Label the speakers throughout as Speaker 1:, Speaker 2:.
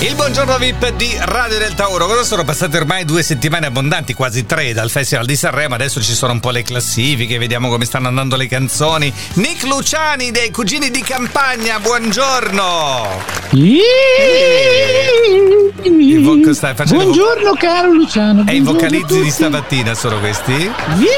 Speaker 1: Il buongiorno VIP di Radio del Tauro. Cosa sono passate ormai due settimane abbondanti, quasi tre, dal Festival di Sanremo. Adesso ci sono un po' le classifiche, vediamo come stanno andando le canzoni. Nick Luciani dei Cugini di Campagna, buongiorno. Il vo- stai facendo vo-
Speaker 2: Buongiorno caro Luciano.
Speaker 1: E i
Speaker 2: buongiorno a
Speaker 1: vocalizzi di
Speaker 2: tutti.
Speaker 1: stamattina sono questi?
Speaker 2: Iiii.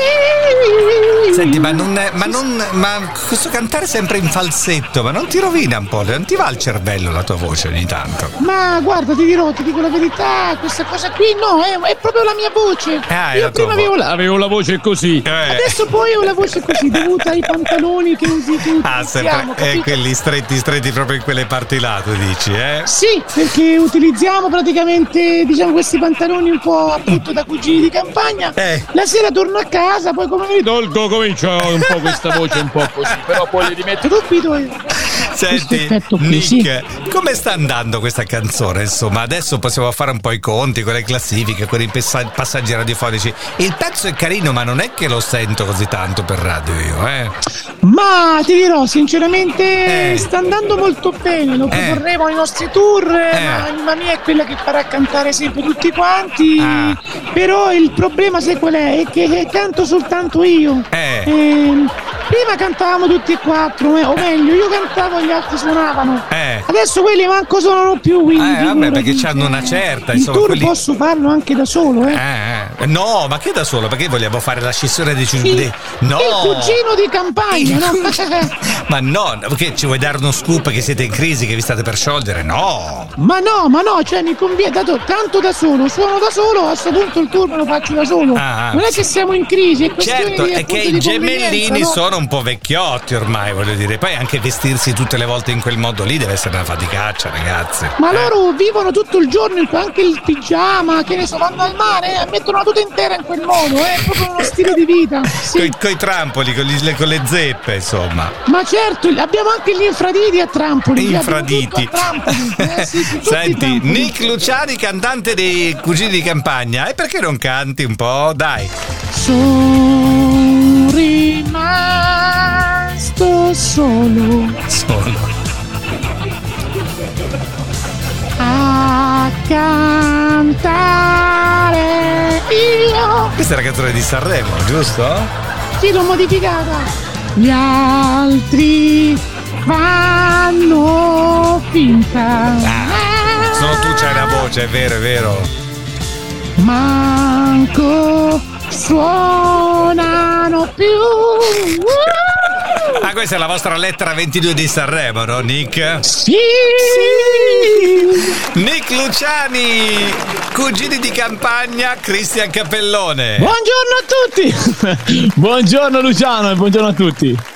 Speaker 1: Senti, ma non, ma non. Ma questo cantare sempre in falsetto, ma non ti rovina un po'? Non ti va al cervello la tua voce ogni tanto?
Speaker 2: Ma guarda, ti dirò, ti dico la verità, questa cosa qui no, è, è proprio la mia voce.
Speaker 1: Ah, è la tua
Speaker 2: Io prima avevo
Speaker 1: voce.
Speaker 2: la,
Speaker 3: Avevo la voce così.
Speaker 1: Eh.
Speaker 2: adesso poi ho la voce così dovuta ai pantaloni che usi tu.
Speaker 1: Ah, sempre. eh, quelli stretti, stretti proprio in quelle parti là, tu dici, eh?
Speaker 2: Sì, perché utilizziamo praticamente diciamo questi pantaloni un po' appunto da cugini di campagna.
Speaker 1: Eh.
Speaker 2: La sera torno a casa, poi come mi ritorno
Speaker 3: Tolgo, comincio un po' questa voce un po' così, però poi li rimetto.
Speaker 2: subito io. questo
Speaker 1: Senti,
Speaker 2: effetto qui,
Speaker 1: Nick,
Speaker 2: sì.
Speaker 1: come sta andando questa canzone? Insomma, adesso possiamo fare un po' i conti con le classifiche, con i pessa- passaggi radiofonici. Il pezzo è carino, ma non è che lo sento così tanto per radio io, eh?
Speaker 2: Ma ti dirò, sinceramente
Speaker 1: Eh.
Speaker 2: sta andando molto bene, lo proporremo ai nostri tour, eh,
Speaker 1: Eh.
Speaker 2: ma Anima Mia è quella che farà cantare sempre tutti quanti,
Speaker 1: Ah.
Speaker 2: però il problema sai qual è? È che eh, canto soltanto io.
Speaker 1: Eh.
Speaker 2: Ehm, prima cantavamo tutti e quattro, eh, o meglio io cantavo e gli altri suonavano.
Speaker 1: Eh.
Speaker 2: Adesso quelli manco suonano più, quindi...
Speaker 1: Eh, vabbè,
Speaker 2: figurati,
Speaker 1: perché
Speaker 2: cioè,
Speaker 1: c'hanno una certa,
Speaker 2: Il
Speaker 1: insomma,
Speaker 2: tour
Speaker 1: quelli-
Speaker 2: posso farlo anche da solo, eh.
Speaker 1: Eh, eh. no, ma che da solo? Perché vogliamo fare la scissione dei
Speaker 2: Il,
Speaker 1: cugini? Eh, No!
Speaker 2: il cugino di campagna, no?
Speaker 1: Ma no, perché ci vuoi dare uno scoop che siete in crisi, che vi state per sciogliere? No!
Speaker 2: Ma no, ma no, cioè mi conviene dato tanto da solo, suono da solo, a questo punto il tour me lo faccio da solo.
Speaker 1: Ah,
Speaker 2: non è
Speaker 1: sì.
Speaker 2: che siamo in crisi, è questione
Speaker 1: Certo,
Speaker 2: di,
Speaker 1: è
Speaker 2: appunto,
Speaker 1: che
Speaker 2: di
Speaker 1: i gemellini
Speaker 2: convenienza, no?
Speaker 1: sono un po' vecchiotti ormai, voglio dire. Poi anche vestirsi tutte le volte in quel modo lì deve essere una faticaccia, ragazzi.
Speaker 2: Ma
Speaker 1: Eh.
Speaker 2: loro vivono tutto il giorno, in- anche il pigiama, che ne so, vanno al mare, eh, mettono la tuta intera in quel modo, eh, è proprio uno stile di vita. sì.
Speaker 1: Coi, coi trampoli, con, gli- le, con le zeppe, insomma.
Speaker 2: Ma certo, abbiamo anche gli infraditi a trampoli. cioè, abbiamo tutto
Speaker 1: Infraditi.
Speaker 2: a trampoli, eh, sì, sì, tutti
Speaker 1: Senti,
Speaker 2: trampoli.
Speaker 1: Nick Luciani, cantante dei Cugini di Campagna. E perché non canti un po'? Dai.
Speaker 2: Sono rimasto solo.
Speaker 1: Sono.
Speaker 2: a cantare io
Speaker 1: Questa è la canzone di Sanremo, giusto?
Speaker 2: sì l'ho modificata gli altri fanno finta
Speaker 1: Ah, Solo tu c'hai la voce, è vero, è vero.
Speaker 2: manco suonano più
Speaker 1: Ah, questa è la vostra lettera 22 di Sanremo, no, Nick?
Speaker 2: sì,
Speaker 1: Nick Luciani, cugini di campagna, Cristian Cappellone.
Speaker 2: buongiorno a tutti
Speaker 3: Buongiorno Luciano e buongiorno a tutti.